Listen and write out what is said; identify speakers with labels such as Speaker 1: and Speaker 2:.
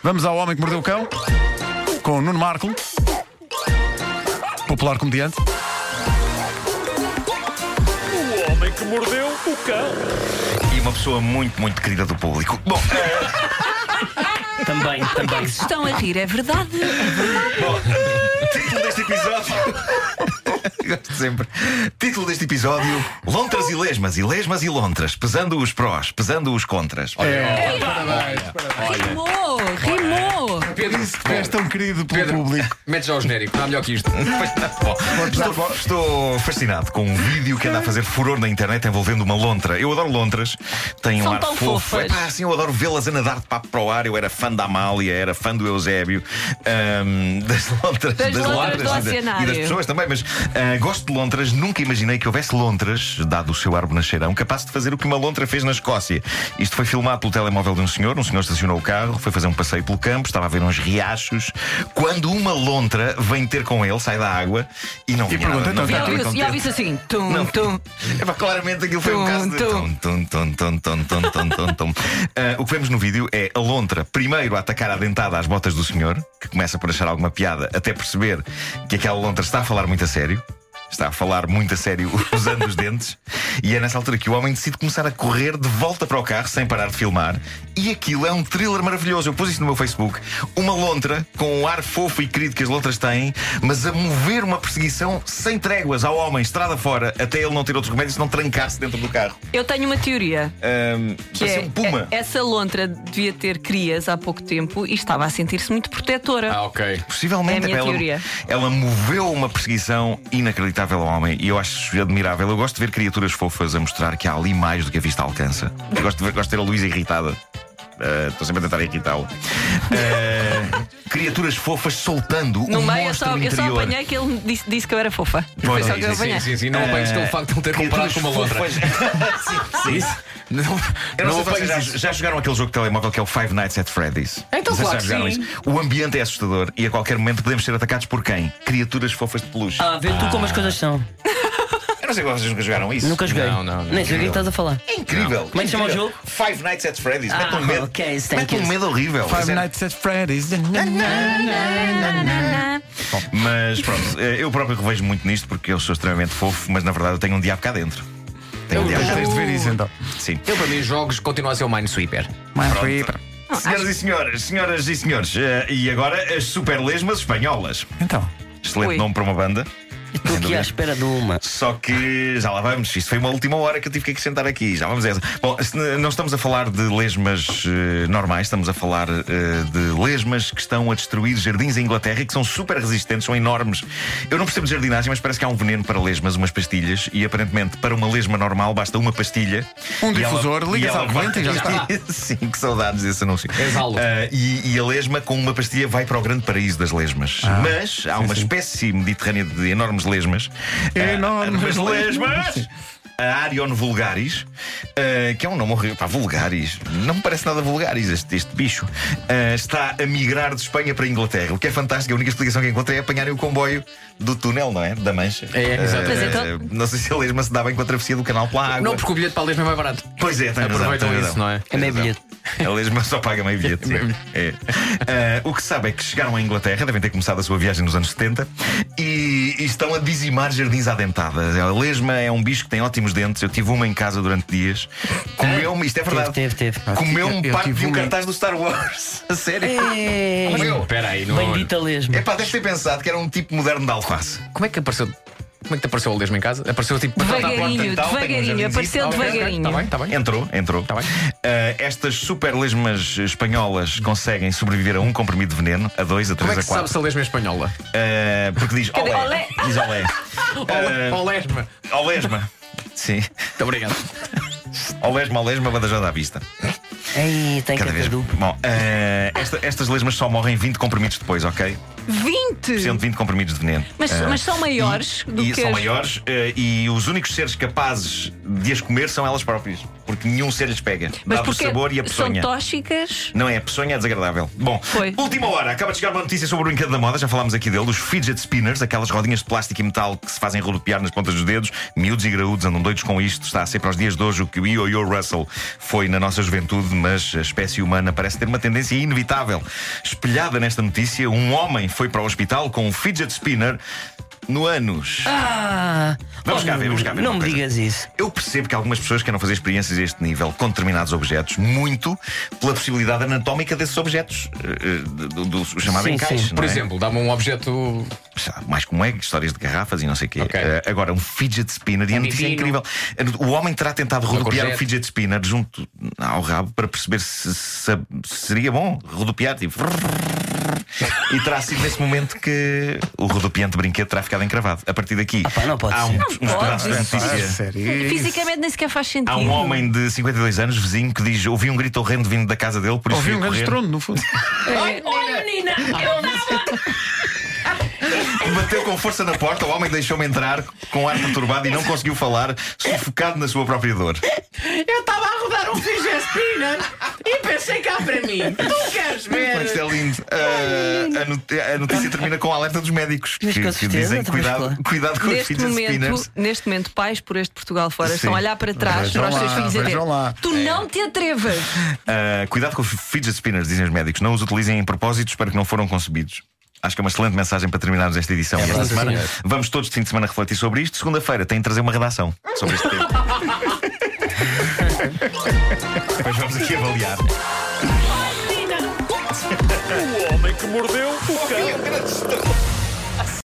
Speaker 1: Vamos ao Homem que Mordeu o Cão, com Nuno Marco, popular comediante.
Speaker 2: O homem que mordeu o cão.
Speaker 3: E uma pessoa muito, muito querida do público. Bom,
Speaker 4: Também, também.
Speaker 5: Se estão a rir, é verdade.
Speaker 3: título deste episódio. Gosto sempre. Título deste episódio: Lontras e Lesmas, e Lesmas e Lontras, pesando os prós, pesando os contras.
Speaker 5: Rimou, rimou.
Speaker 6: Pedro,
Speaker 1: Tu és tão querido pelo
Speaker 6: Pedro.
Speaker 1: público.
Speaker 6: mete já o genérico, está melhor que isto.
Speaker 3: tá Bom, estou, estou fascinado com um vídeo que anda a fazer furor na internet envolvendo uma lontra. Eu adoro lontras, têm um
Speaker 5: São
Speaker 3: ar
Speaker 5: tão
Speaker 3: fofo.
Speaker 5: fofas.
Speaker 3: Epá, assim, eu adoro vê-las a nadar de papo para o ar. Eu era fã da Amália, era fã do Eusébio, ahm, das lontras,
Speaker 5: Das
Speaker 3: e da-
Speaker 5: lontras do
Speaker 3: e, das
Speaker 5: Oceanário.
Speaker 3: pessoas também. Mas ah, gosto de lontras, nunca imaginei que houvesse lontras, dado o seu árvore nascerão, capaz de fazer o que uma lontra fez na Escócia. Isto foi filmado pelo telemóvel de um senhor. Um senhor estacionou o carro, foi fazer um passeio pelo campo, estava a ver uns riachos. Quando uma lontra vem ter com ele, sai da água e não
Speaker 1: E
Speaker 3: vinha
Speaker 1: pergunta,
Speaker 3: nada, não
Speaker 1: então,
Speaker 3: vinha
Speaker 1: está
Speaker 3: nada
Speaker 5: E
Speaker 3: contente.
Speaker 5: ouvi-se assim: tum,
Speaker 3: Não.
Speaker 5: tum.
Speaker 3: Epá, claramente aquilo foi um
Speaker 5: Tum,
Speaker 3: caso de.
Speaker 5: tum.
Speaker 3: tum, tum, tum, tum, tum, tum, tum, tum. Ah, o que vemos no vídeo é a lontra primeiro a atacar a dentada às botas do senhor, que começa por achar alguma piada, até perceber que aquela lontra está a falar muito a sério. Está a falar muito a sério usando os dentes, e é nessa altura que o homem decide começar a correr de volta para o carro sem parar de filmar. E aquilo é um thriller maravilhoso. Eu pus isso no meu Facebook. Uma lontra com o ar fofo e querido que as lontras têm, mas a mover uma perseguição sem tréguas ao homem, estrada fora, até ele não ter outros remédios se não trancar-se dentro do carro.
Speaker 5: Eu tenho uma teoria.
Speaker 3: Ahm,
Speaker 5: Que
Speaker 3: parecia
Speaker 5: é,
Speaker 3: um puma.
Speaker 5: é- essa lontra devia ter crias há pouco tempo e estava a sentir-se muito protetora.
Speaker 6: Ah, ok.
Speaker 3: Possivelmente
Speaker 5: É a minha
Speaker 3: ela,
Speaker 5: teoria.
Speaker 3: ela moveu uma perseguição inacreditável ao homem e eu acho admirável. Eu gosto de ver criaturas fofas a mostrar que há ali mais do que a vista alcança. Eu gosto de ver, gosto de ter a Luísa irritada. Ah, Estou sempre a tentar irritá-lo. Ah, criaturas fofas soltando
Speaker 5: no
Speaker 3: um
Speaker 5: meio eu
Speaker 3: monstro
Speaker 5: só, eu só
Speaker 3: interior.
Speaker 5: apanhei que ele me disse, disse que eu era fofa.
Speaker 3: Pois,
Speaker 5: Foi só
Speaker 3: sim,
Speaker 5: que eu
Speaker 3: sim,
Speaker 5: apanhei.
Speaker 6: Sim, sim, sim. Não apanhes pelo é um facto de ele ter
Speaker 3: Ah,
Speaker 6: comparado
Speaker 3: Criaturas
Speaker 6: com uma lontra.
Speaker 3: fofas.
Speaker 6: Sim, Não,
Speaker 3: Eu não, sei
Speaker 6: não
Speaker 3: se
Speaker 6: apanhes
Speaker 3: vocês já,
Speaker 6: isso.
Speaker 3: já jogaram aquele jogo de telemóvel que é o Five Nights at Freddy's.
Speaker 6: Então,
Speaker 3: Não sei se
Speaker 6: claro
Speaker 3: já jogaram
Speaker 6: que sim.
Speaker 3: isso. O ambiente é assustador e a qualquer momento podemos ser atacados por quem? Criaturas fofas de peluche.
Speaker 4: Ah, vê tu como as coisas são.
Speaker 3: Eu não sei como vocês nunca jogaram isso.
Speaker 4: Nunca joguei.
Speaker 6: Não, não, não.
Speaker 4: Nem sei o que estás a falar.
Speaker 3: É incrível.
Speaker 4: Como é que chama o
Speaker 3: Incrível.
Speaker 4: jogo?
Speaker 3: Five Nights at Freddy's.
Speaker 4: Ah,
Speaker 3: mete um medo.
Speaker 4: ok, thank
Speaker 3: mete um
Speaker 4: you.
Speaker 3: medo horrível.
Speaker 1: Five
Speaker 3: Zero.
Speaker 1: Nights at Freddy's.
Speaker 3: Mas pronto, eh, eu próprio revejo muito nisto porque eu sou extremamente fofo, mas na verdade eu tenho um diabo cá dentro. Tenho um diabo cá
Speaker 1: Tens
Speaker 3: dentro.
Speaker 1: de ver isso então.
Speaker 3: Sim.
Speaker 6: Eu, para mim, jogos continua a ser o Minesweeper.
Speaker 4: Ah,
Speaker 3: Senhoras e senhores, senhoras e senhores, eh, e agora as super lesmas espanholas.
Speaker 1: Então,
Speaker 3: Excelente
Speaker 5: Ui.
Speaker 3: nome para uma banda.
Speaker 4: Estou aqui à espera de uma.
Speaker 3: Só que já lá vamos. Isto foi uma última hora que eu tive que acrescentar aqui. Já vamos a essa. Bom, se n- não estamos a falar de lesmas eh, normais, estamos a falar eh, de lesmas que estão a destruir jardins em Inglaterra e que são super resistentes, são enormes. Eu não percebo de jardinagem, mas parece que há um veneno para lesmas, umas pastilhas, e aparentemente para uma lesma normal basta uma pastilha.
Speaker 1: Um
Speaker 3: E
Speaker 1: difusor,
Speaker 3: e
Speaker 1: ligas
Speaker 3: ela
Speaker 1: ao vento e já está.
Speaker 3: Sim, que saudades desse anúncio.
Speaker 6: Exalo.
Speaker 3: Ah, e, e a lesma com uma pastilha vai para o grande paraíso das lesmas.
Speaker 1: Ah.
Speaker 3: mas há uma espécie mediterrânea de enormes lesmas. Ah,
Speaker 1: Enormes
Speaker 3: enormes lesmas!
Speaker 1: lesmas.
Speaker 3: A Arion vulgaris, ah, que é um nome horrível. Pá, vulgaris. Não me parece nada vulgaris este, este bicho. Ah, está a migrar de Espanha para a Inglaterra, o que é fantástico. A única explicação que encontrei é apanharem o comboio do túnel, não é? Da Mancha.
Speaker 6: É, exato.
Speaker 5: Mas
Speaker 3: Ah,
Speaker 5: então-
Speaker 3: Não sei se a lesma se dá bem com a travessia do canal pela água.
Speaker 6: Não, porque o bilhete para a lesma é mais barato.
Speaker 3: Pois é, tem razão,
Speaker 6: Aproveitam
Speaker 3: tem razão.
Speaker 6: isso, não é?
Speaker 4: É meio
Speaker 3: Não.
Speaker 4: bilhete.
Speaker 3: A lesma só paga meio bilhete. sim. É. Ah, o que se sabe é que chegaram à Inglaterra, devem ter começado a sua viagem nos anos 70, e, e estão a dizimar jardins à dentada. A lesma é um bicho que tem ótimos dentes. Eu tive uma em casa durante dias. Comeu-me, isto é verdade.
Speaker 4: Teve, teve, teve.
Speaker 3: Comeu-me
Speaker 1: Eu- eu
Speaker 3: parte
Speaker 1: tive
Speaker 3: de um
Speaker 1: uma em-
Speaker 3: cartaz do Star Wars. A sério?
Speaker 6: É.
Speaker 4: Ei,
Speaker 6: Meu, Espera aí, não
Speaker 4: É. Bendita lesma.
Speaker 3: É pá, deve ter pensado que era um tipo moderno de alface.
Speaker 6: Como é que apareceu? Como é que te apareceu a lesma em casa? Apareceu tipo.
Speaker 5: Devagarinho,
Speaker 3: Então, tem um
Speaker 5: devagarinho,
Speaker 3: jardinzinho.
Speaker 6: Ah,
Speaker 5: apareceu
Speaker 3: Ok, ok,
Speaker 5: devagarinho.
Speaker 6: Está Tá bem, está bem.
Speaker 3: Entrou, entrou.
Speaker 6: Tá bem.
Speaker 3: Ah, estas super lesmas espanholas conseguem sobreviver a um comprimido de veneno, a dois, a três,
Speaker 6: Como é que
Speaker 3: a
Speaker 6: se
Speaker 3: quatro.
Speaker 6: sabe se a lesma é espanhola?
Speaker 3: Uh, porque diz
Speaker 5: Cadê?
Speaker 3: olé.
Speaker 5: Olé.
Speaker 3: Diz olé.
Speaker 6: Ó lesma.
Speaker 3: Uh, olésma. Sim.
Speaker 6: Muito obrigado.
Speaker 3: Olésma, olésma, bandejada à vista.
Speaker 4: Ei, tem
Speaker 3: Cada vez.
Speaker 4: catadu.
Speaker 3: Bom, uh, esta- estas lesmas só morrem 20 comprimidos depois, ok?
Speaker 5: 20!
Speaker 3: 120 comprimidos de veneno.
Speaker 5: Mas,
Speaker 3: Uh,
Speaker 5: mas são maiores do
Speaker 3: e
Speaker 5: que
Speaker 3: são
Speaker 5: as-
Speaker 3: maiores uh, e os únicos seres capazes de as comer são elas próprias. Porque nenhum ser lhes pega.
Speaker 5: Mas
Speaker 3: Dá o
Speaker 5: porque
Speaker 3: sabor e a
Speaker 5: são
Speaker 3: peçonha.
Speaker 5: tóxicas.
Speaker 3: Não é, a peçonha é desagradável. Bom,
Speaker 5: Foi.
Speaker 3: última hora. Acaba de chegar uma notícia sobre o brinquedo da moda. Já falámos aqui dele. Os fidget spinners, aquelas rodinhas de plástico e metal que se fazem rodopiar nas pontas dos dedos. Miúdos e graúdos andam doidos com isto. Está a ser para os dias de hoje o que o Yo-Yo Russell foi na nossa juventude, mas a espécie humana parece ter uma tendência inevitável inacreditável. Espelhada nesta notícia, um homem foi para o hospital com um fidget spinner no ânus.
Speaker 4: Ah!
Speaker 3: Vamos
Speaker 4: oh,
Speaker 3: cá ver, vamos cá ver
Speaker 4: Não
Speaker 3: uma
Speaker 4: me
Speaker 3: coisa.
Speaker 4: digas isso.
Speaker 3: Eu percebo que algumas pessoas queiram fazer experiências a este nível com determinados objetos, muito pela possibilidade anatómica desses objetos, eh, eh, do, do- do- o chamado
Speaker 4: Sim,
Speaker 3: encaixe.
Speaker 4: sim.
Speaker 3: não
Speaker 6: Por
Speaker 3: é?
Speaker 6: exemplo, dá-me um objeto.
Speaker 3: Sei lá, mais como é, histórias de garrafas e não sei o quê.
Speaker 6: Ok.
Speaker 3: Eh, agora, um fidget spinner, e a
Speaker 6: Um
Speaker 3: notícia é
Speaker 6: pepino.
Speaker 3: incrível. O homem terá tentado rodopiar o
Speaker 6: courgette.
Speaker 3: fidget spinner junto ao rabo para perceber se, se- se seria bom rodopiar, tipo. E terá sido nesse momento que o rodopiante brinquedo terá ficado encravado. A partir daqui,
Speaker 4: Ah pá, não pode
Speaker 3: há um,
Speaker 4: ser.
Speaker 3: uns pedaços de notícia.
Speaker 1: sério.
Speaker 5: Fisicamente nem sequer faz sentido.
Speaker 3: Há um homem de 52 anos, vizinho, que diz: Ouvi um grito horrendo vindo da casa dele, por isso
Speaker 1: Ouvi
Speaker 3: fui
Speaker 1: um grande
Speaker 3: correr."
Speaker 1: estrondo, no fundo.
Speaker 5: é um
Speaker 3: Bateu com força na porta, o homem deixou-me entrar com ar perturbado e não conseguiu falar, sufocado na sua própria dor.
Speaker 7: Eu estava a rodar um Fischer Spinner e pensei cá para mim. Tu queres
Speaker 3: Pá, Isto
Speaker 7: ver?
Speaker 3: é lindo. Ah, a, not- a notícia termina com a alerta dos médicos que,
Speaker 4: Mas com
Speaker 3: que
Speaker 4: certeza,
Speaker 3: dizem:
Speaker 4: talvez
Speaker 3: cuidado,
Speaker 4: claro.
Speaker 3: cuidado com os
Speaker 5: Neste
Speaker 3: filhos
Speaker 5: momento,
Speaker 3: spinners.
Speaker 5: neste momento, pais por este Portugal fora
Speaker 3: Sim.
Speaker 5: estão a olhar para trás
Speaker 1: Vejam
Speaker 5: para os seus
Speaker 1: lá,
Speaker 5: filhos e dizer:
Speaker 1: vejam lá.
Speaker 5: Tu
Speaker 3: É.
Speaker 5: não te atrevas.
Speaker 3: Ah, cuidado com os fidget spinners, dizem os médicos. Não os utilizem em propósitos para que não foram concebidos. Acho que é uma excelente mensagem para terminarmos esta edição. e esta semana. Vamos todos de fim de semana refletir sobre isto. Segunda-feira tem de trazer uma redação sobre este tema. Depois vamos aqui avaliar.
Speaker 2: O homem que mordeu o cão.